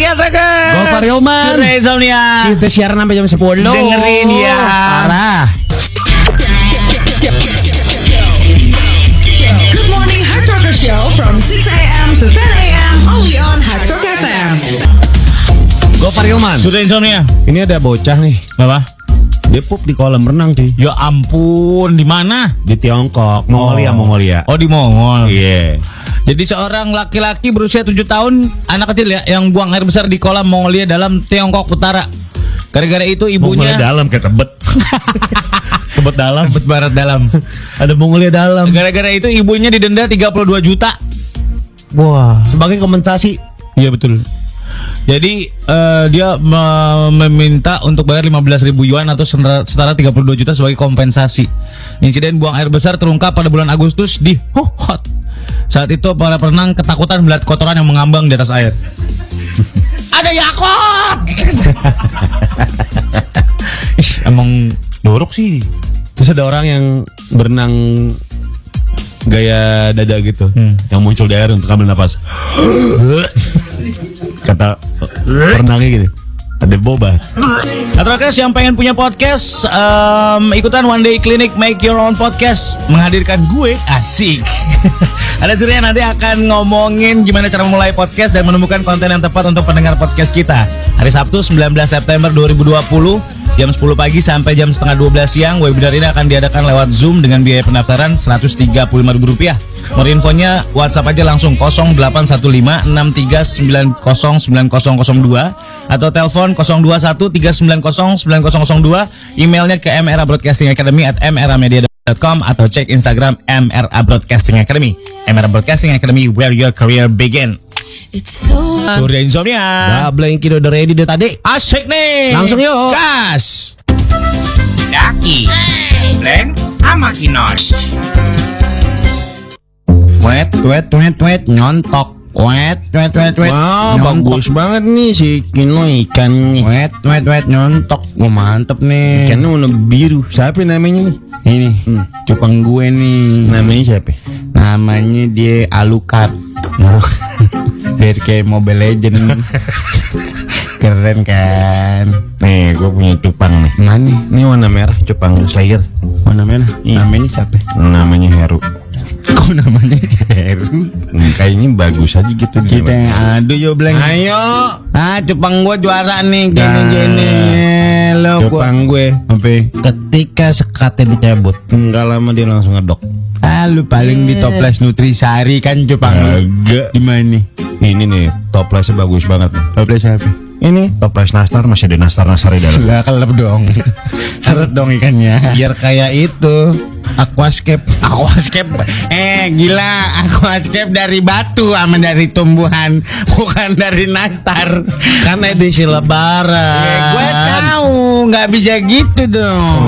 Raya Trackers Gopar Yoman. Surya Insomnia Kita siaran sampai jam Ah. 10 Gitu. Dengerin ya. Parah Good morning, Hard Rocker Show from 6 a.m. to 10 a.m. only on Hard Rock FM. Gopar Yoman Surya Insomnia Ini ada bocah nih Apa? Dia pup di kolam renang cuy Ya ampun di mana? Di Tiongkok Mongolia Oh. Mongolia Oh di Mongol Iya Jadi seorang laki-laki berusia 7 tahun Anak kecil ya Yang buang air besar di kolam Mongolia dalam Tiongkok Utara Gara-gara itu ibunya Mongolia dalam kayak tebet Tebet dalam Tebet Barat dalam Ada Mongolia dalam Gara-gara itu ibunya didenda 32 juta Wah Sebagai kompensasi Iya betul jadi eh, dia me- meminta untuk bayar 15.000 yuan atau setara setara 32 juta sebagai kompensasi. Insiden buang air besar terungkap pada bulan Agustus di Hohhot. Saat itu para perenang ketakutan melihat kotoran yang mengambang di atas air. Ada yakut. Ih, emang dorok sih. Terus ada orang yang berenang gaya dada gitu yang muncul di air untuk ambil napas. Kata perenangnya gini, ada boba. Atrakas Nah, yang pengen punya podcast em, Ikutan One Day Clinic Make Your Own Podcast Menghadirkan gue Asik Ada Surya nanti akan ngomongin Gimana cara memulai podcast Dan menemukan konten yang tepat Untuk pendengar podcast kita Hari Sabtu 19 September 2020 Jam 10 pagi sampai jam setengah 12 siang Webinar ini akan diadakan lewat Zoom Dengan biaya pendaftaran Rp135.000 Mau infonya WhatsApp aja langsung 081563909002 atau telepon 0213909002 emailnya ke MRA Broadcasting Academy at mramedia.com atau cek Instagram MRA Broadcasting Academy MRA Broadcasting Academy where your career begin It's so Surya Insomnia Dah blanking udah ready deh tadi. Asik nih Langsung yuk. Gas Daki, Blank, sama Kinos. Wet wet wet wet nyontok Wet wet wet wet nyontok. banget nih si Kino ikan nih. Wet wet wet nyontok Wah, mantep nih Hmm. Ikannya warna biru. Siapa namanya nih? Ini cupang gue nih Namanya siapa? Namanya dia Alucard Oh. Biar kayak Mobile Legend Keren kan Nih, gue punya cupang nih. Mana Ini warna merah, cupang Slayer. Oh namanya Namanya siapa Namanya Heru. Kok namanya Heru Nah, kayaknya bagus aja gitu dia. Kita yang adu yo bleng Ayo, Ah cupang gua juara nih Gini Nah. gini Lo gua cupang gue. Apa Ketika sekatnya dicabut, nggak lama dia langsung ngedok. Ah lu paling di toples Nutrisari kan cupang lu Agak. Di mana nih Ini nih, toplesnya bagus banget nih. Toples apa Ini toples nastar masih ada nastar nastar di dalam. Gak kelep dong Seret dong ikannya Biar kayak itu, aquascape. Aquascape Eh gila Aquascape dari batu Sama dari tumbuhan Bukan dari nastar Kan edisi lebaran. Eh, Gue tahu nggak bisa gitu dong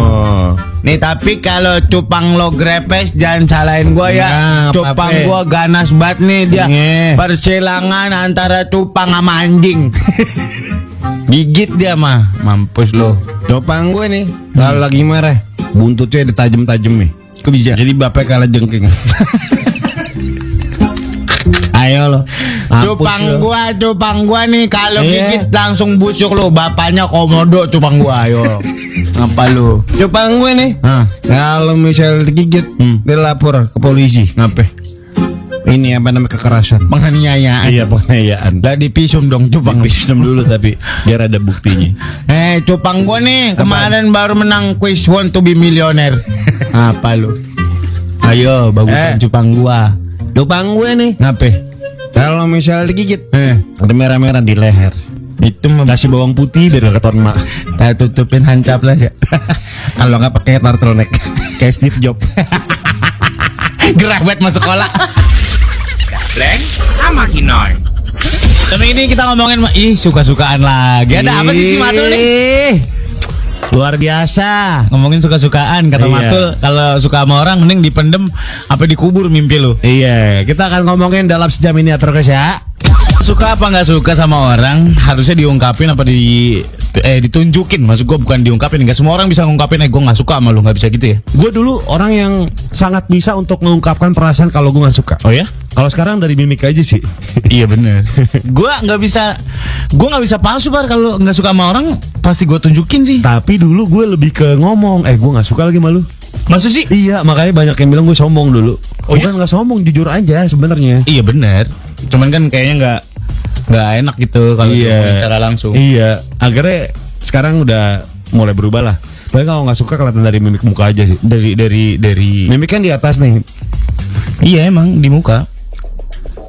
Oh. Nih tapi kalau cupang lo grepes Jangan salahin gue ya Nggak, Cupang apa-apa. gue ganas banget nih dia Nge. Persilangan antara cupang sama anjing Gigit dia mah Mampus lo Cupang gue nih, kalau lagi marah, buntutnya ada tajam-tajam nih. Kok bisa? Jadi bapak kalah jengking. Ayo lo. mampus Cupang lo. gua, cupang gua nih kalau Iya. gigit langsung busuk lu. Bapaknya komodo cupang gua, ayo. Apa lu? Cupang gue nih. Hah, Kalau misalnya digigit, Hmm. dia lapor ke polisi. ngapain? Ini apa namanya kekerasan? Penganiayaan. Iya penganiayaan. Lah dipisum dong cupang. Sistem dulu tapi biar ada buktinya. Eh, cupang gua nih kemarin baru menang quiz want to be millionaire. Apa lu? Ayo, bagusin Eh. cupang gua. Cupang gue nih. Ngapain? Kalau misalnya digigit, Eh, ada merah-merah di leher. itu mah Kasih bawang putih biar gak keton mak. kita tutupin hancaplas ya. Kalau nggak pakai turtleneck, kayak Steve Jobs. Gerah banget masuk sekolah. Blank, sama Kinos. Tapi ini kita ngomongin ih suka-sukaan lagi. Ada apa sih si Matul nih? Ih, Luar biasa. ngomongin suka-sukaan kata Iya. Matul kalau suka sama orang mending dipendem apa dikubur mimpi lu Iya, kita akan ngomongin dalam sejam ini Atrokes ya. suka apa nggak suka sama orang harusnya diungkapin apa di eh ditunjukin maksud gua bukan diungkapin nggak semua orang bisa ngungkapin eh gua nggak suka sama lu nggak bisa gitu ya Gue dulu orang yang sangat bisa untuk mengungkapkan perasaan kalau gue nggak suka. oh ya Kalau sekarang dari mimik aja sih. iya bener Gua nggak bisa Gua nggak bisa palsu par Kalau nggak suka sama orang Pasti gua tunjukin sih Tapi dulu gue lebih ke ngomong. Eh gue nggak suka lagi malu. Maksud sih Iya makanya banyak yang bilang gue sombong dulu. Oh, iya? Bukan nggak sombong jujur aja sebenarnya. Iya bener Cuman kan kayaknya nggak nggak enak gitu Kalau ngomong secara langsung Iya. Akhirnya sekarang udah mulai berubah lah. Padahal kalau nggak suka kelihatan dari mimik muka aja sih. Dari dari dari Mimik kan di atas nih. Iya emang di muka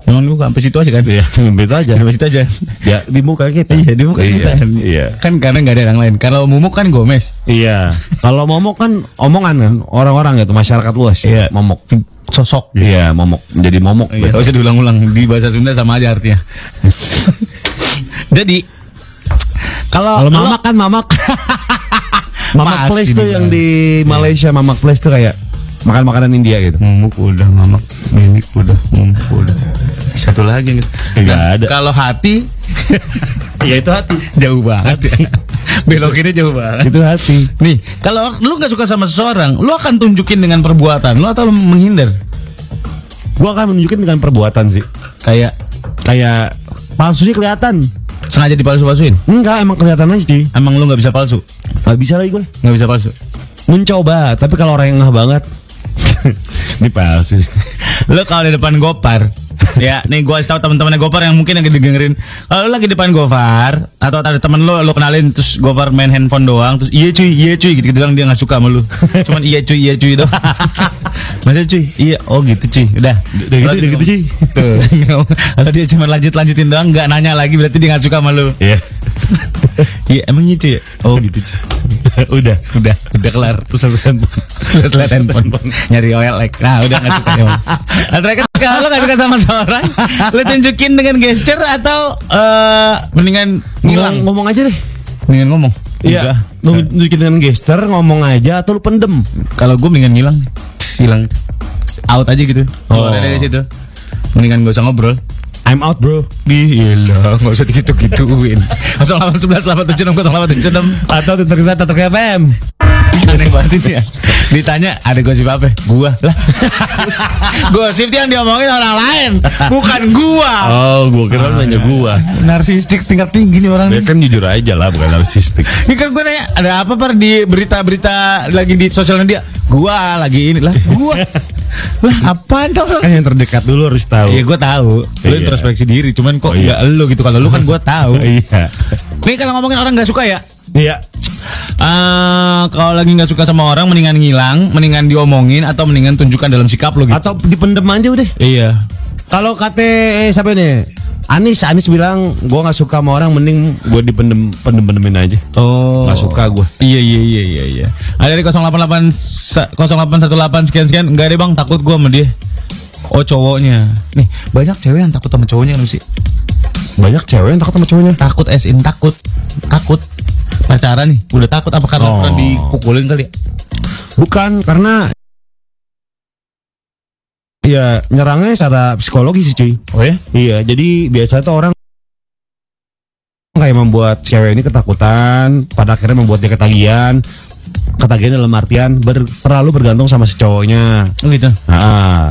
Emang di muka Sampai situ aja kan Iya, begitu aja. Sampai situ aja Ya di muka kita. Iya di muka Iya. kita. Iya. Kan karena nggak ada yang lain Kalau mumuk kan Gomez Iya. Kalau momok kan omongan kan orang-orang gitu masyarakat luas. Iya. Momok. Sosok Iya, momok. Jadi momok. Iya, nggak usah diulang-ulang di bahasa Sunda sama aja artinya. Jadi kalau Kalau mamak kan mamak. Masih mamak place tuh nih, yang Bang. di Malaysia mamak place tuh kayak makan makanan India gitu. mumuk udah mamak, mimik udah, mumuk udah. Satu lagi gitu. Nggak ada. Kalau hati Iya itu hati. jauh banget. ya. Belokinnya jauh banget. Itu hati. Nih, kalau lu nggak suka sama seseorang, lu akan tunjukin dengan perbuatan lu atau menghindar? Gua akan menunjukin dengan perbuatan sih. Kayak Kayak palsunya kelihatan. sengaja dipalsu-palsuin. Enggak, emang kelihatan aja sih. Emang lu nggak bisa palsu? Gak bisa lagi gue. Nggak bisa palsu. Mencoba, tapi kalau orang yang ngeh banget. Ini palsu. sih. lo kalau di depan Gopar ya nih gue tau teman-temannya Gopar yang mungkin lagi dengerin kalau lo lagi di depan Gopar atau ada temen lo lo kenalin terus Gopar main handphone doang terus iya cuy iya cuy gitu gitu kan dia nggak suka sama lo cuman iya cuy iya cuy doang masa cuy iya oh gitu cuy udah udah gitu, udah gitu, cuy. tuh kalau dia cuma lanjut lanjutin doang nggak nanya lagi berarti dia nggak suka sama lo Iya. iya emang iya cuy ya? oh gitu cuy Udah. udah udah kelar terus Terus liat handphone Nyari OLX Nah udah gak suka dia. Nah terakhir kalau lo gak suka sama seorang Lo tunjukin dengan gesture atau eh, Mendingan Ngomong, ngilang ngomong aja deh. Mendingan ngomong Enggak. Iya. Lu nunjukin dengan gesture ngomong aja atau lu pendem? Kalau gue mendingan ngilang Hilang Out aja gitu Oh. Keluar dari situ Mendingan gak usah ngobrol I'm out, bro. Gila Gak usah gitu-gituin 0811 876 0876 Atau Twitter kita Twitter KPM. Aneh banget ini ya Ditanya ada gosip apa? Gua lah Gosip yang diomongin orang lain Bukan gua Oh, gua kira lu nanya gua. Narsistik tingkat tinggi nih orang Ya nih kan jujur aja lah, bukan narsistik. Ini kan gue nanya Ada apa par di berita-berita Lagi di sosial media Gua lagi ini lah Gua Lah apaan tau lo Kan yang terdekat dulu harus tahu. Ya gue tahu Lu Iya. introspeksi diri Cuman kok Oh, nggak iya. lu gitu Kalau lu kan gue tahu Iya. Nih kalau ngomongin orang gak suka ya Iya. eh Kalau lagi gak suka sama orang Mendingan ngilang Mendingan diomongin Atau mendingan tunjukkan dalam sikap lu gitu Atau dipendem aja udah. Iya Kalau kata eh, siapa nih? Anis, Anis bilang gua nggak suka sama orang mending gua dipendem pendem pendemin aja. Oh. Nggak suka gua. Iya iya iya iya iya. Ada dari 088 sa- 0818 sekian sekian enggak deh Bang, takut gua sama dia. Oh cowoknya. Nih, banyak cewek yang takut sama cowoknya kan sih. Banyak cewek yang takut sama cowoknya. Takut as in takut. Takut pacaran nih, udah takut apa karena Oh. pernah dipukulin kali ya? Bukan karena Ya nyerangnya secara psikologi sih cuy Oh ya? Iya, jadi biasa tuh orang kayak membuat cewek ini ketakutan, pada akhirnya membuat dia ketagihan. Ketagihan dalam artian ber- terlalu bergantung sama si cowoknya. Oh gitu. Nah,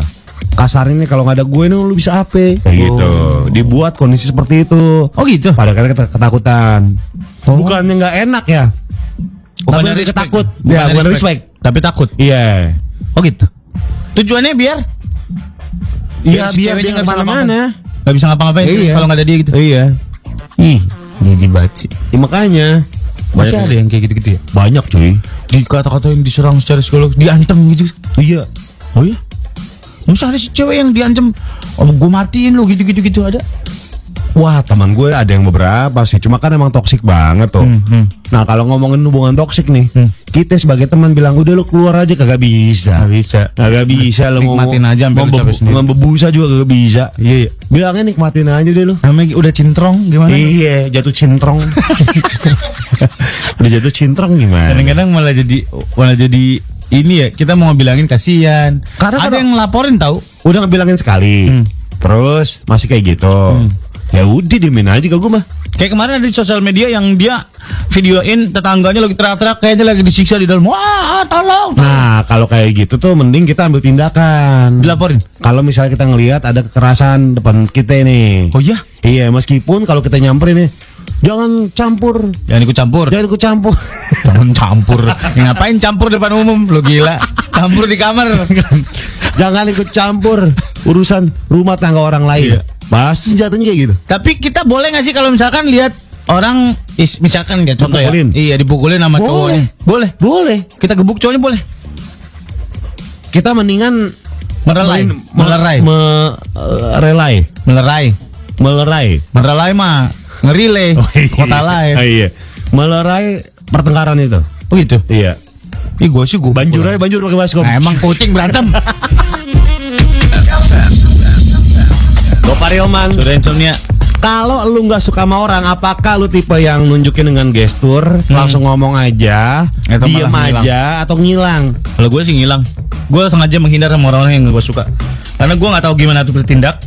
kasar ini kalau nggak ada gue nih lu bisa apa? Kayak gitu. Dibuat kondisi seperti itu. Oh gitu. Pada akhirnya ket- ketakutan. Oh. Bukannya nggak enak ya? tapi dari lebih respect. ketakut. Ya, bukan respect. Tapi takut. Iya. Oh gitu. Tujuannya biar Iya, si biar ceweknya dia nggak bisa kemana-mana. nggak bisa ngapa-ngapain Iya. kalau nggak ada dia gitu. Iya. Ih, jijik banget sih. Ya, makanya Iya, Masih ada yang kayak gitu-gitu ya? banyak cuy. Dikata-katain diserang secara psikologis, diancam gitu. Iya. Oh iya? Masa ada si cewek yang diancam Oh gue matiin lu gitu-gitu gitu ada Wah teman gue ada yang beberapa sih Cuma kan emang toksik banget tuh Hmm, Nah kalau ngomongin hubungan toksik nih Kita sebagai teman bilang Udah lu keluar aja kagak bisa bisa Kagak bisa lu mau Nikmatin aja sampai lu membe- capek sendiri. Membebusa juga kagak bisa Iya iya Bilangnya nikmatin aja deh lu Namanya udah cintrong gimana Iya jatuh cintrong Udah jatuh cintrong gimana Kadang-kadang malah jadi Malah jadi ini ya kita mau bilangin kasihan Karena ada kalau- yang laporin tahu Udah ngebilangin sekali Hmm. Terus masih kayak gitu Ya udah diemin aja kagak gue mah kayak kemarin ada di sosial media yang dia videoin tetangganya lagi teriak-teriak kayaknya lagi disiksa di dalam. Wah, tolong. Nah, kalau kayak gitu tuh mending kita ambil tindakan. Dilaporin. Kalau misalnya kita ngelihat ada kekerasan depan kita nih. Oh iya? Iya, meskipun kalau kita nyamperin nih, jangan campur, Jangan ikut campur. jangan ikut campur. Jangan campur. Ya, ngapain campur depan umum? Lu gila. Campur di kamar. jangan ikut campur urusan rumah tangga Iya. orang lain. Pasti senjatanya kayak gitu. Tapi kita boleh nggak sih kalau misalkan lihat orang is, misalkan ya contoh Dipukulin. ya. Iya, dipukulin sama Boleh. cowoknya. Boleh. Boleh. Kita gebuk cowoknya boleh. Kita mendingan Merelai, main- melerai, me- eh, relai, melerai, melerai. melerai mah ngerile kota lain. Oh, iya. Melerai pertengkaran itu. Oh gitu. Iya. Ih gue sih gue. Banjur aja banjur pakai baskom. Nah, emang kucing berantem. Goparioman. Insomnia. Kalau lu nggak suka sama orang, apakah lu tipe yang nunjukin dengan gestur, langsung ngomong aja, Atau diem malah ngilang. aja, atau ngilang? Kalau gue sih ngilang. Gue sengaja menghindar sama orang-orang yang gue suka. Karena gue nggak tahu gimana tuh bertindak.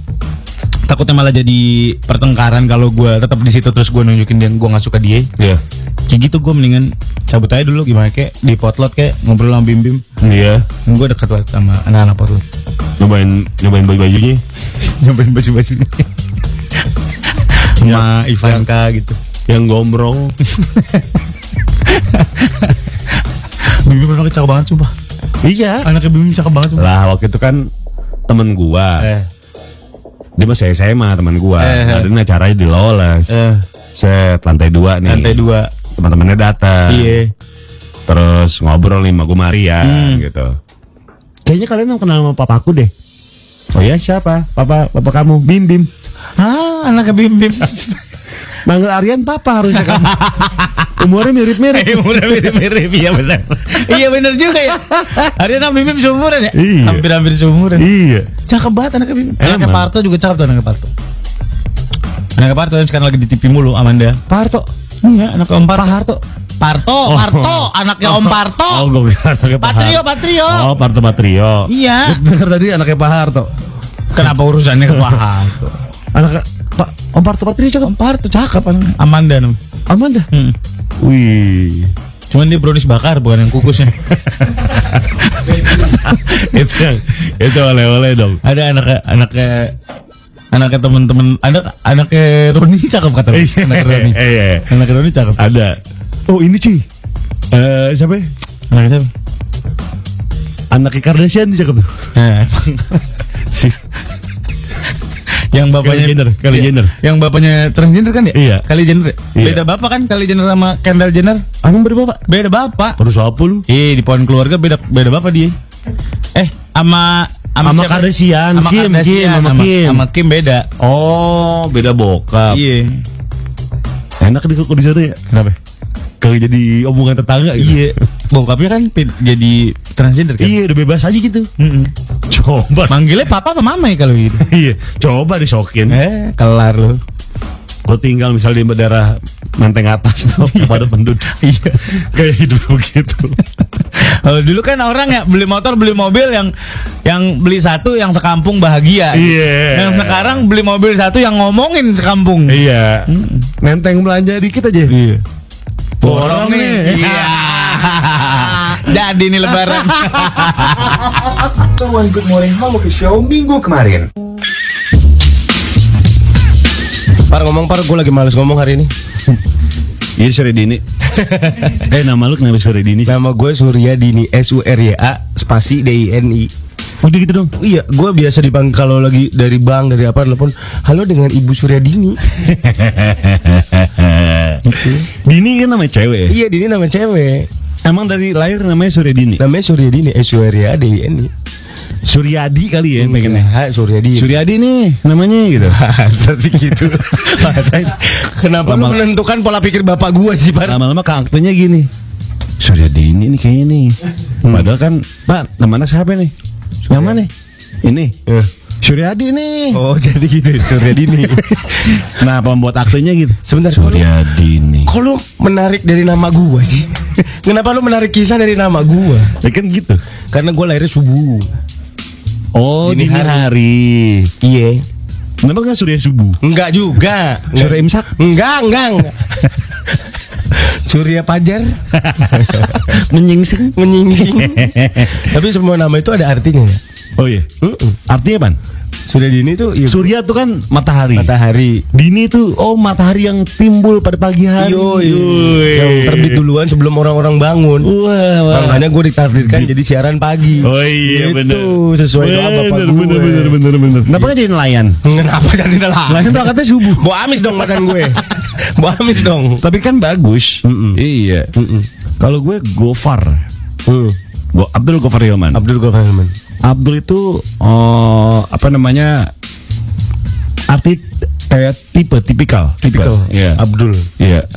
Takutnya malah jadi pertengkaran kalau gue tetap di situ terus gue nunjukin dia gue nggak suka dia. Iya. Kayak gitu gue mendingan cabut aja dulu gimana kayak di potlot kayak ngobrol sama Bim Bim. Iya. Gue dekat banget sama anak-anak potlot. Nyobain nyobain baju-bajunya. Nyobain baju-baju sama Ivanka gitu. yang gombrong Bim Bim anaknya cakep banget sumpah. iya Anaknya Bim Bim cakep banget sumpah. lah waktu itu kan temen gua Eh, dia masih SMA temen gua Eh, eh. ngadain acaranya di Lolas eh, set lantai dua nih lantai dua. teman-temannya datang Iya. terus ngobrol nih sama gua Maria Hmm. gitu kayaknya kalian yang kenal sama papaku deh oh ya siapa papa papa kamu bim bim Ah, anaknya Bim Bim. manggil Aryan papa harusnya kamu umurnya mirip-mirip Umurnya mirip-mirip, iya benar. iya benar juga ya. Hari nama Bim Bim seumuran ya? Iya. Hampir-hampir seumuran. iya Cakep banget anaknya Bim Bim. Anaknya Emang. Parto juga cakep tuh anaknya Parto. Anaknya Parto yang sekarang lagi di TV mulu Amanda. Parto Iya, anak Om Pak Parto. Oh. Harto Parto, Parto, anaknya Om Parto. oh gua bilang anaknya Pak Patrio, Harto. Patrio. oh Parto Patrio Iya. Dengar tadi anaknya Pak Harto. Kenapa urusannya ke Pak Harto? Anak Pak Om Parto Patrio cakep. Om Parto cakep anaknya. Amanda namanya. Aman dah. Hmm. Wih. Cuman dia brownies bakar bukan yang kukusnya. itu yang itu oleh-oleh dong. Ada anaknya anaknya anaknya teman-teman anak anaknya Roni cakep kata lu. Iya. anaknya Roni. Iya. Anak Roni cakep. Ada. Oh ini cuy. Eh siapa? ya? Anak siapa? Anaknya Kardashian dia cakep. Eh, Si. yang bapaknya Kylie Jenner, Kylie Iya. Jenner. Yang bapaknya transgender kan ya? Iya. Kylie Jenner. ya? Iya. Beda bapak kan Kylie Jenner sama Kendall Jenner? Emang berdua bapak? Beda bapak. Terus apa lu? Ih, di pohon keluarga beda beda bapak dia. Eh, sama Sama siapa? Kardashian, Sama Kim, Kim, Kardashian, sama sama Kim. sama Kim beda. Oh beda bokap. Iya. Enak nih kok di sana ya. Kenapa? Kalau jadi omongan tetangga gitu. Iya. Bokapnya kan pin- jadi transgender kan? Iya udah bebas aja gitu. Mm-mm. Coba. Manggilnya papa apa mama ya kalau gitu? Iya. Coba disokin. Eh, kelar lu. lo tinggal misalnya di daerah menteng atas tuh pada penduduk Iya. kayak hidup begitu Kalau dulu kan orang ya beli motor, beli mobil yang yang beli satu yang sekampung bahagia. Iya. Yang sekarang beli mobil satu yang ngomongin sekampung. iya menteng belanja dikit aja Iya. borong nih Iya. Jadi ini lebaran. Tuan Good Morning Haloka Show minggu kemarin. Par ngomong par, gue lagi males ngomong hari ini. jadi sore dini eh nama lu kenapa sore dini sih Nama gue Surya Dini S U R Y A spasi D I N I. udah gitu dong Iya, gue biasa dipanggil kalau lagi dari bank dari apa telepon. Halo dengan Ibu Surya Dini. dini kan namanya cewek ya? iya, Dini nama cewek. emang dari lahir namanya sore dini Namanya Surya Dini S U R Y A D I N I. suryadi kali ya pengennya Ha, Surya Dini. suryadi nih namanya gitu Iya. Masa sih gitu? Masa- Kenapa lu Lama- menentukan pola pikir bapak gue sih, Par? lama-lama karakternya gini Surya Dini nih kayaknya nih Hmm. padahal kan pak namanya siapa nih yang mana nih? ini Eh. Suryadi nih Oh, jadi gitu, Surya Dini. nah pembuat aktenya gitu Sebentar, Dini Kok lu menarik dari nama gua sih? Kenapa lu menarik kisah dari nama gua? ya kan gitu Karena gua lahirnya subuh. oh Dini dini, hari. Iya. kenapa nggak Surya Subuh Enggak juga. Surya Imsak Enggak, enggak. enggak. Surya Pajar Menyingsing. menyingsing. Tapi semua nama itu ada artinya. ya? Oh iya. Artinya apa? Surya Dini itu ya, Surya itu kan matahari. Gitu. matahari. Dini itu oh matahari yang timbul pada pagi hari. Yoi. Yang terbit duluan sebelum orang-orang bangun. Wah, wah. Makanya gue ditakdirkan jadi siaran pagi. Oh iya Gitu, bener sesuai doa bener, bapak gue. bener, bener, bener, bener. Kenapa nggak jadi nelayan? Kenapa jadi telah? Nelayan berangkatnya subuh. Bawa amis dong makan gue. Bawa amis dong. Tapi kan bagus. Iya. Kalau gue Gofar. Gue Abdul Gofar Yoman. Hmm. Abdul Gofar Abdul itu oh, apa namanya? Arti kayak tipe tipikal. Tipikal. Iya. Abdul. Iya.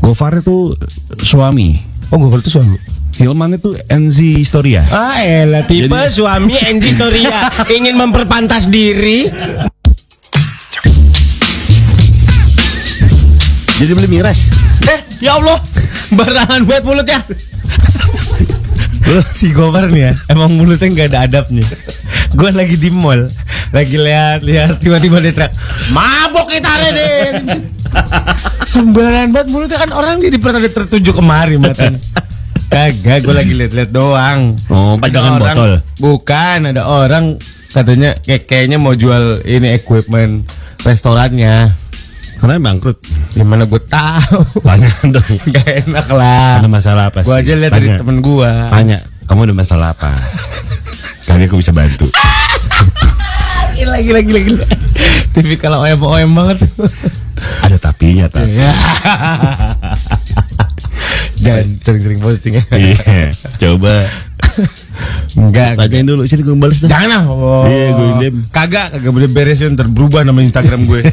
Gofar itu suami. Oh Gofar itu suami. Hilman itu NZ Historia. Ah elah tipe Jadi- suami Enji Storia ingin memperpantas diri. Jadi beli miras. Eh ya Allah barangan buat mulutnya. Loh, si Gofar nih ya Emang mulutnya nggak ada adabnya Gue lagi di mall Lagi lihat-lihat Tiba-tiba di truk Mabok kita hari ini Sembarangan banget mulutnya kan orang jadi pernah tertuju kemari matanya Kagak gue lagi lihat-lihat doang Oh, panjangan Ada orang- botol. Bukan ada orang Katanya kayak- kayaknya mau jual ini equipment restorannya Karena bangkrut. Gimana gue tahu Tanya dong. Gak enak lah Ada masalah apa sih? Gue aja lihat dari Tanya. temen gue Tanya, kamu ada masalah apa? Kali aku bisa bantu. Gila Ah, gila gila gila TV kalau OM OM banget Ada ya, tapinya, tak. Iya. Jangan sering-sering posting ya Iya. Coba Enggak tanyain dulu sini gue balas dah. Jangan lah oh. Iya, gue indem. Kagak Kagak boleh beresin Ntar berubah nama Instagram gue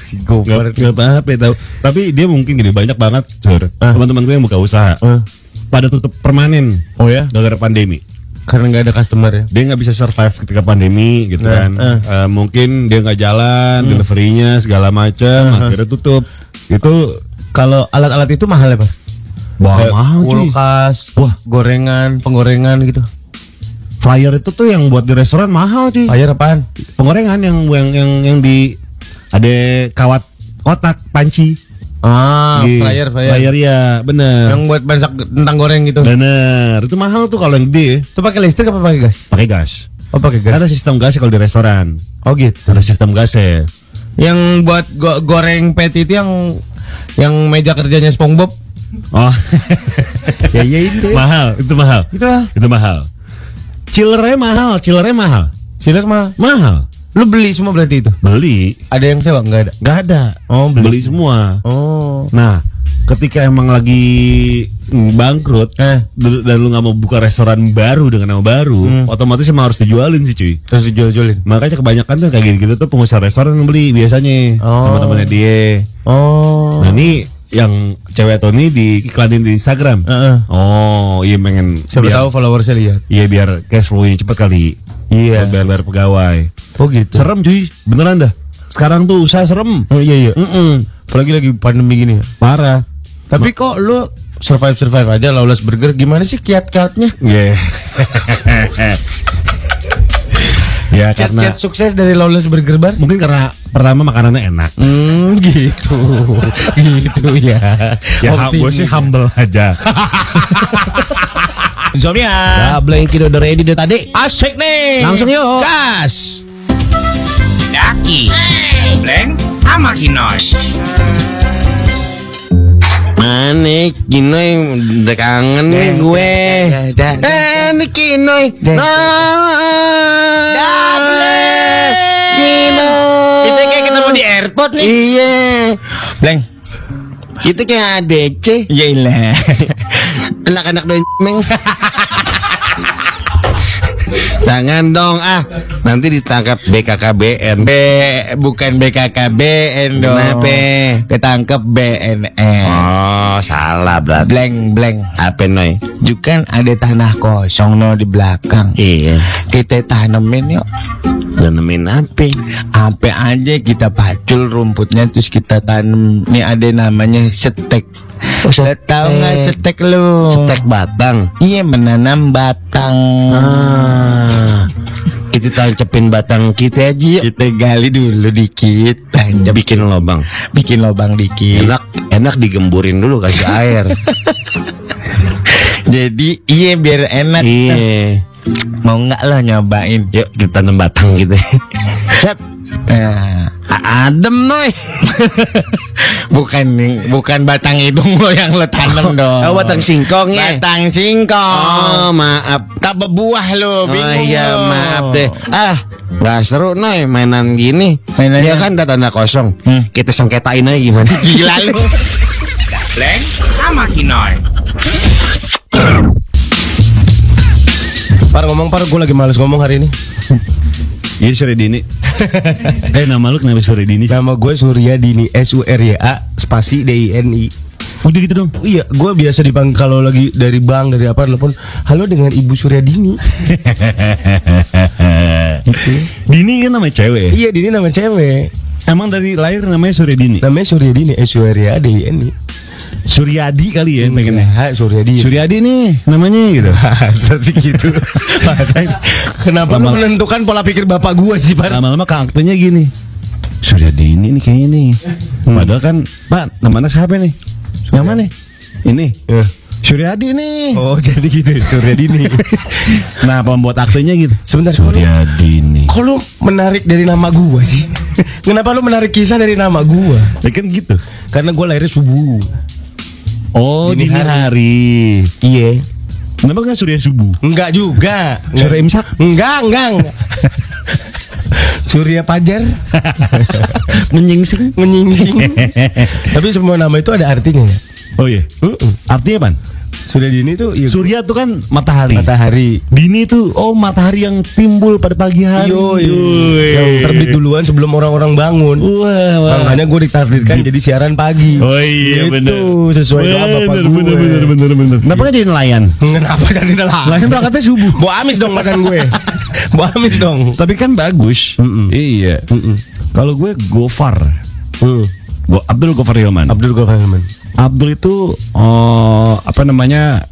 Si Gak, Gopar gak apa-apa ya, tahu. Tapi dia mungkin gini banyak banget, Sur. Ah. Teman-teman gue yang buka usaha. Eh. Pada tutup permanen Oh ya gara-gara pandemi. Karena nggak ada customer ya Dia nggak bisa survive ketika pandemi gitu Nah, kan. Hmm. eh. Eh, mungkin dia nggak jalan, deliverynya segala macam, Ah, akhirnya tutup. Itu Kalau alat-alat itu mahal ya Pak? wah Kayak mahal cuy. Kulkas Wah. Gorengan Penggorengan gitu Flyer itu tuh yang buat di restoran mahal cuy. Bayar apaan? pengorengan yang yang yang yang di ada kawat kotak panci Ah Di- Flyer Flyer, ya bener Yang buat bansak tentang goreng gitu bener itu mahal tuh kalau yang gede Itu pakai listrik apa pakai gas? pakai gas Oh pakai gas. ada sistem gas kalau di restoran Oh gitu. ada sistem gasnya Yang buat go- goreng patty itu yang yang meja kerjanya SpongeBob. oh ya ya itu. mahal itu mahal Itu Gitu lah. itu mahal chillernya mahal chillernya mahal Siler mah. mahal Lu beli semua berarti itu. beli Ada yang sewa nggak ada? nggak ada Oh, beli. beli semua Oh. Nah, ketika emang lagi bangkrut Eh. Hmm. du- dan lu nggak mau buka restoran baru dengan nama baru, otomatis emang harus dijualin sih cuy. Terus dijual-jualin. Makanya kebanyakan tuh kayak gitu tuh pengusaha restoran yang beli biasanya Oh. teman-temannya dia. Oh. Nah ini yang cewek Tony diiklanin di Instagram. Heeh. Oh iya pengen Siapa biar, tahu followersnya lihat. Iya biar cash flow-nya cepet kali. Iya. Biar biar pegawai. Oh gitu. Serem cuy, beneran dah. Sekarang tuh usaha serem. Oh iya iya. Mm-mm. Apalagi lagi pandemi gini. ya. Parah. Tapi kok lu survive survive aja Lawless Burger gimana sih kiat-kiatnya? Yeah. ya karena Kiat-kiat sukses dari Lawless Burger Bar? mungkin karena pertama makanannya enak. Hmm gitu. gitu ya. Ya gue Optimis. sih humble aja. Insomnia Ah, Blanky udah ready deh tadi. Asik nih Langsung yuk. Gas Daki, Blank, sama Kinoy. Mana Kinoy udah kangen nih gue. Eh, ini Kinoy. No. Kinoy. Kita kayak ketemu di airport nih. Iya. Bleng. Kita kayak ADC. Yelah. Anak-anak donceng. Tangan dong ah. Nanti ditangkap BKKBN. B bukan BKKBN dong. Kenapa? Ketangkep BNN. Oh, salah berarti. Bleng bleng. Apa Noy? Juga kan ada tanah kosong no di belakang. Iya. Kita tanemin yuk. Dan nemin apa? Apa aja kita pacul rumputnya terus kita tanam. Ini ada namanya setek. Oh, Lo setek. Tahu nggak setek lu? Tek batang. Iya menanam batang. Ah, kita tancepin batang kita Iya. aja yuk. Kita gali dulu dikit, tancap, Bikin lobang. bikin lubang dikit. Enak. enak digemburin dulu kasih air. Jadi iya biar enak. iya. Mau nggak lo nyobain? Yuk kita tanam batang gitu. Cet. Nah, A- Adem noy. bukan bukan batang hidung lo yang lo tanam dong. Oh, batang singkong ya. Batang singkong. Oh maaf. tak berbuah Oh lo, bingung. iya lo. maaf deh. Ah nggak seru noy mainan gini. Mainannya? Dia kan udah tanda kosong. Hmm. Kita sengketain aja gimana. Gila lo. Bleng sama Kinoy. Par ngomong par, gue lagi males ngomong hari ini. Jadi sore dini. eh nama lu kenapa sore dini? sih? Nama gue Surya Dini S U R Y A spasi D I N I. Udah gitu dong. Iya, gue biasa dipanggil kalau lagi dari bank dari apa telepon. Halo dengan Ibu Surya Dini. Dini kan nama cewek. iya, Dini nama cewek. Emang dari lahir namanya sore dini. Namanya Surya Dini S U R Y A D I N I. Suryadi kali ya Iya. pengennya. Nah, Surya Dini. Suryadi nih namanya gitu. Masa sih gitu? Masa- Kenapa lu Lama- menentukan pola pikir bapak gue sih, Pak? Lama-lama karakternya gini. Suryadi ini nih kayaknya nih. Padahal kan Pak nama anak siapa nih? Yang mana? Ini. Ya, Suryadi nih. Oh, jadi gitu, Surya Dini. Nah pembuat aktenya gitu. Sebentar, kok lu- Suryadi nih. kok lu menarik dari nama gue sih? Kenapa lu menarik kisah dari nama gue? Ya kan gitu. Karena gue lahirnya subuh. Oh Dini dini, hari. hari. Iya. Kenapa nggak surya subuh? Enggak juga. Surya imsak? Enggak, enggak. enggak. Surya Pajar Menyingsing. menyingsing. Tapi semua nama itu ada artinya ya. Oh iya. Artinya apa? Surya Dini itu iya, Surya tuh kan matahari. matahari. Dini tuh oh matahari yang timbul pada pagi hari. Yoi. Yang terbit duluan sebelum orang-orang bangun. Wah, wah. Makanya gue ditakdirkan jadi siaran pagi. Oh iya Gitu, benar. sesuai doa bapak gue. Bener bener bener bener. Kenapa nggak jadi nelayan? Kenapa jadi lelah? Nelayan berangkatnya subuh. Bawa amis dong badan gue. Bawa amis dong. Tapi kan bagus. Iya. Kalau gue Gofar. Gue Abdul Gofar Hilman. Abdul Gofar Hilman. Abdul itu oh, apa namanya?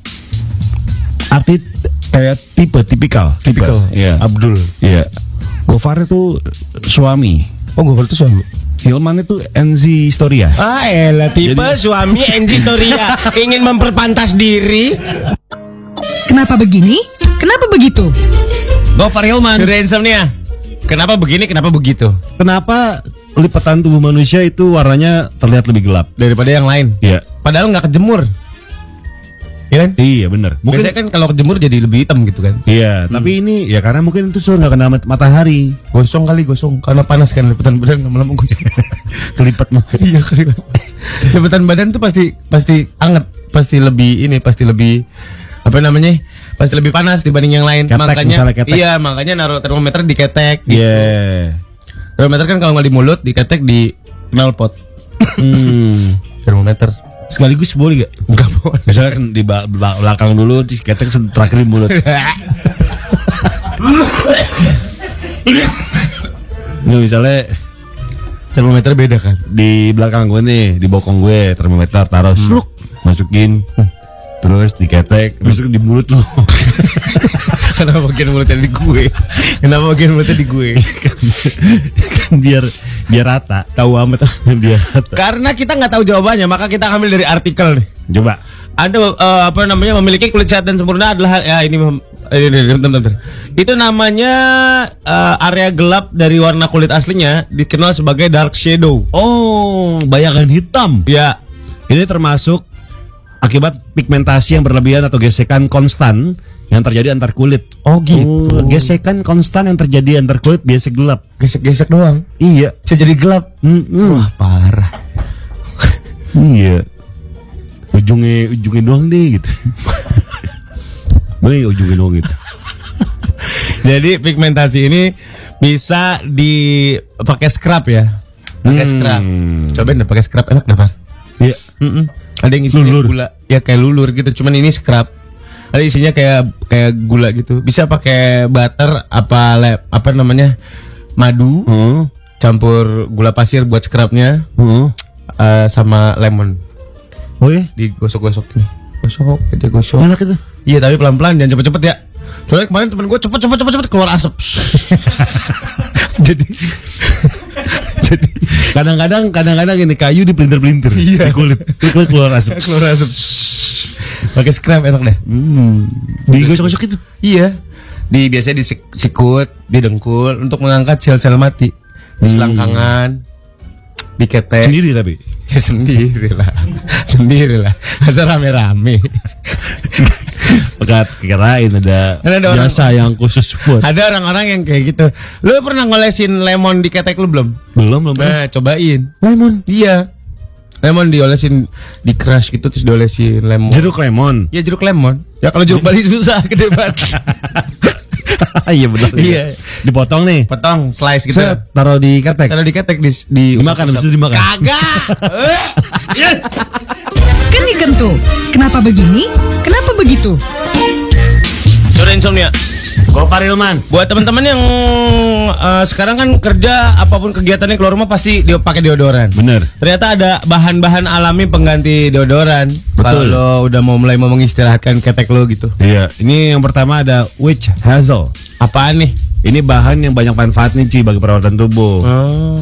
Arti kayak tipe tipikal. Tipikal. Iya. Abdul. Iya. Gofar itu suami. Oh Gofar itu suami. Hilman itu NZ Historia. Ah elah tipe Jadi- suami Angie Storia ingin memperpantas diri. Kenapa begini? Kenapa begitu? Gofar Hilman. Sudah insomnia. Kenapa begini? Kenapa begitu? Kenapa lipatan tubuh manusia itu warnanya terlihat lebih gelap? Daripada yang lain. Iya. Padahal nggak kejemur. Ya kan? Iya benar. Mungkin Biasanya kan kalau kejemur jadi lebih hitam gitu kan. Iya, tapi ini ya karena mungkin itu sudah nggak kena mat- matahari. Gosong kali gosong karena panas kan liputan badan lama-lama gosong. Kelipet mah. iya kali. liputan badan tuh pasti pasti anget, pasti lebih ini pasti lebih apa namanya? Pasti lebih panas dibanding yang lain. Ketek, makanya misalnya ketek. iya, makanya naruh termometer di ketek gitu. Iya. Termometer kan kalau nggak di mulut, diketek di knalpot. Termometer. Sekaligus Hmm. boleh gak? Enggak boleh. Misalnya kan di ba- ba- belakang dulu, di ketek terakhir di mulut. Nggak, misalnya Termometer beda kan? di belakang gue nih, di bokong gue termometer taruh, sluk, masukin, terus di ketek, terus di mulut lu. Kenapa bagian mulutnya di gue? Kenapa bagian mulutnya di gue? Kan biar biar rata. Tahu amat. biar rata. Karena kita nggak tahu jawabannya, maka kita ambil dari artikel nih. Coba. Ada eh, apa namanya memiliki kulit sehat dan sempurna adalah ya ini mem- eh, ini, ini, bentar, bentar. Itu namanya eh, area gelap dari warna kulit aslinya dikenal sebagai dark shadow. Oh, bayangan hitam. Ya, Ini termasuk akibat pigmentasi yang berlebihan atau gesekan konstan yang terjadi antar kulit. Oh, gitu. gesekan konstan yang terjadi antar kulit biasa gelap. gesek-gesek doang. Iya. Bisa jadi gelap. Wah, parah. iya. Ujungnya ujungnya doang deh gitu. Boleh nggak ujungnya doang gitu. Jadi pigmentasi ini bisa dipakai scrub ya. Pakai scrub. Cobain deh pakai scrub enak deh, Pak. Iya. Mm-mm. Ada yang isinya Lulur. gula. Ya kayak lulur gitu, cuman ini scrub. Ada isinya kayak kayak gula gitu. Bisa pakai butter apa lab, apa namanya? madu Heeh. campur gula pasir buat scrubnya Heeh. eh, sama lemon Oh iya. digosok-gosok nih gosok kita gosok Enak itu. Iya tapi pelan-pelan jangan cepet-cepet ya. Soalnya kemarin temen gue cepet cepet cepet cepet keluar asap. Jadi Jadi kadang-kadang kadang-kadang ini kayu di pelintir-pelintir di kulit. Itu Iya. keluar asap. Keluar asap. Pakai scrap enak deh. Digosok-gosok gitu. itu. Iya. Di biasanya di sik- sikut, di dengkul untuk mengangkat sel-sel mati. Di selangkangan, di ketek. Hmm. Sendiri tapi. Ya sendiri lah. sendiri lah. Masa rame-rame. Maka kirain ada, Ada orang- jasa yang khusus buat. Ada orang-orang yang kayak gitu. Lu pernah ngolesin lemon di ketek lu belum? Belum belum. Eh. Nah, cobain. Lemon. Iya. Lemon diolesin di crush gitu terus diolesin lemon. Jeruk Hmm. lemon. Ya jeruk lemon. Ya kalau jeruk Bali susah gede banget. iya benar. Iya. Dipotong nih. Potong slice gitu. Set, taruh di ketek. Kalau diketek di di ya? Dimakan habis itu dimakan. Kan dikentu. Kenapa begini? Kenapa begitu? Sore insomnia. Gopar Ilman. Buat teman-teman yang eh, sekarang kan kerja apapun kegiatannya keluar rumah pasti dia pakai deodoran. Bener. Ternyata ada bahan-bahan alami pengganti deodoran. Kalau lo udah mau mulai mau mengistirahatkan ketek lo gitu. Iya, ini yang pertama ada witch hazel. Apaan nih? Ini bahan yang banyak manfaatnya cuy bagi perawatan tubuh. Eh.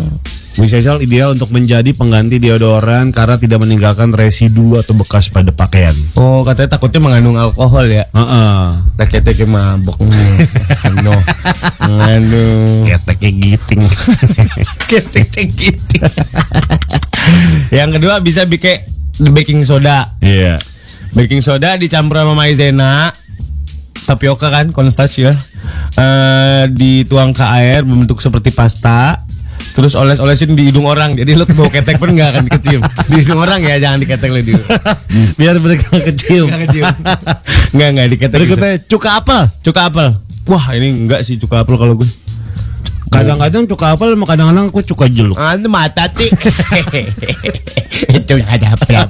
Witch hazel ideal untuk menjadi pengganti deodoran karena tidak meninggalkan residu atau bekas pada pakaian. Oh katanya takutnya mengandung alkohol ya. Heeh. Ketek-ketek mabok. no. Aduh. Keteknya giting. Ketek-ketek gitu. yang kedua bisa bikin baking soda. Iya. Baking soda dicampur sama maizena Tapioka kan, cornstarch ya Eh, Dituang ke air Membentuk seperti pasta Terus oles-olesin di hidung orang Jadi lo bau ketek pun gak akan kecium Di hidung orang ya, jangan diketek lo di hidung Biar mereka kecium. Gak kecium Gak, gak diketek Berikutnya cuka apel. bisa. Cuka apel Wah ini enggak sih cuka apel kalau gue Kadang-kadang cuka apel, kadang-kadang aku cuka jeruk. Ah itu mata ti Itu yang ada apa ya?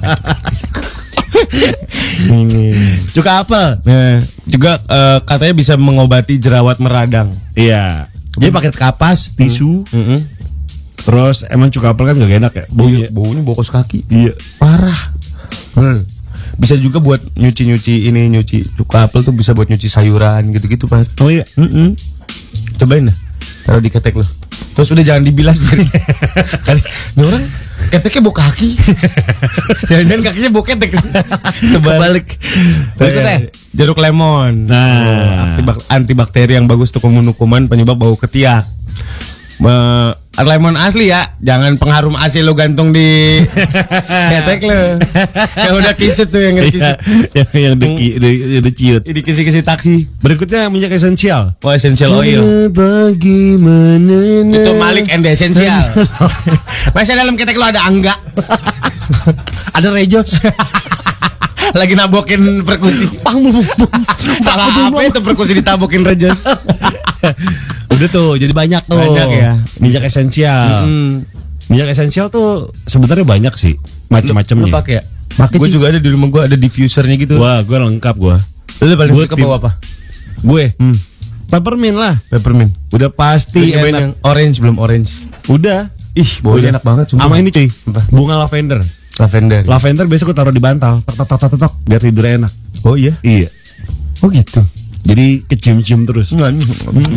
Cuka apel. Juga eh, katanya bisa mengobati jerawat meradang Iya. Jadi pakai kapas, tisu, Mm-mm. terus emang cuka apel kan gak enak ya baunya. Oh iya. baunya bokos kaki Iya. parah Hmm. bisa juga buat nyuci nyuci ini nyuci cuka apel tuh bisa buat nyuci sayuran gitu gitu pak Oh iya. Mm-mm. cobain dah taruh di ketek lo terus udah jangan dibilas biar kali ini orang keteknya bau kaki jangan jangan kakinya bau ketek kebalik berikutnya jeruk lemon Nah. Antibak- antibakteri yang bagus untuk kuman penyebab bau ketiak. Me- lemon asli ya, jangan pengharum AC lo gantung di ketek lo. Yang udah kisut tuh yang Iya, kisut. yang yang deki, de- de- deciut. Ini kisi-kisi taksi. Berikutnya minyak esensial. Oh essential oil. Bagaimana? Itu Malik and the Essential. Masih dalam ketek lo ada angga. ada Rejos. Lagi nabokin perkusi. Salah apa itu perkusi ditabokin Rejos? Udah tuh, jadi banyak tuh. Banyak ya. Minyak esensial. Minyak esensial tuh sebenarnya banyak sih macam-macamnya. Lu pakai ya? Pakai, Gue Ci. juga ada di rumah gue ada diffusernya gitu. Wah, gue lengkap gue. Lu paling Gua suka tim- bawa apa? Gue peppermint lah. Peppermint. Udah pasti Hmm. Cobain enak. yang orange belum orange. Udah. Ih, baunya enak banget, sumpah. Sama ini cuy, Apa? bunga lavender. Lavender. Lavender biasa gue taruh di bantal, tok tok tok tok tok, biar tidurnya enak. oh iya. Iya. Oh gitu. Jadi kecium-cium terus.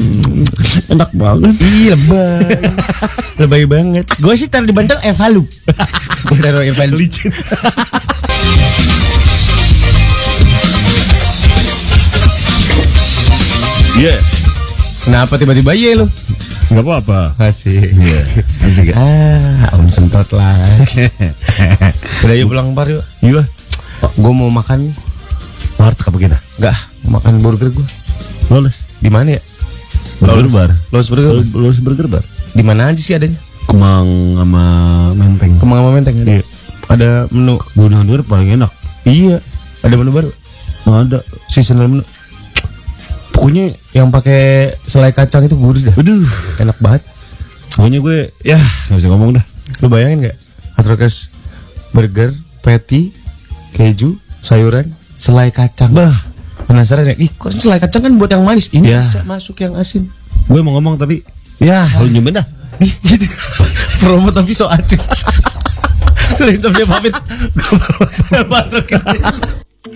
Enak banget. Ih lebay. lebay banget. Gue sih taruh di bantal evalup. Gue taruh evalup. Licin. Iya. Kenapa tiba-tiba iya lu? Enggak apa-apa. Asik. Iya. Asik ya. Ah, om sentot lah. Udah yuk pulang par yuk. Iya. Gue mau makan. Warteg apa kita? Enggak, mau makan burger gue. Loles. Di mana ya? Burger bar. Los burger. Loles burger bar. Di mana aja sih adanya? Kemang sama Menteng. Kemang sama Menteng ada. Iya. Ada menu. Gunung Dur paling enak. Iya. Ada menu baru. Nggak ada. Seasonal menu. Pokoknya Yang pakai selai kacang itu gurih dah. aduh. Enak banget. Pokoknya gue ya nggak bisa ngomong dah. Lu bayangin nggak? Hard Rockers burger, patty, keju, sayuran, selai kacang. Bah. Penasaran ya? Ih, kok selai kacang kan buat yang manis. Ya. Ini bisa masuk yang asin. Gue mau ngomong tapi ya lu nyimpen dah. Ih, gitu. Promo tapi so aja. Sudah dia pamit. Gue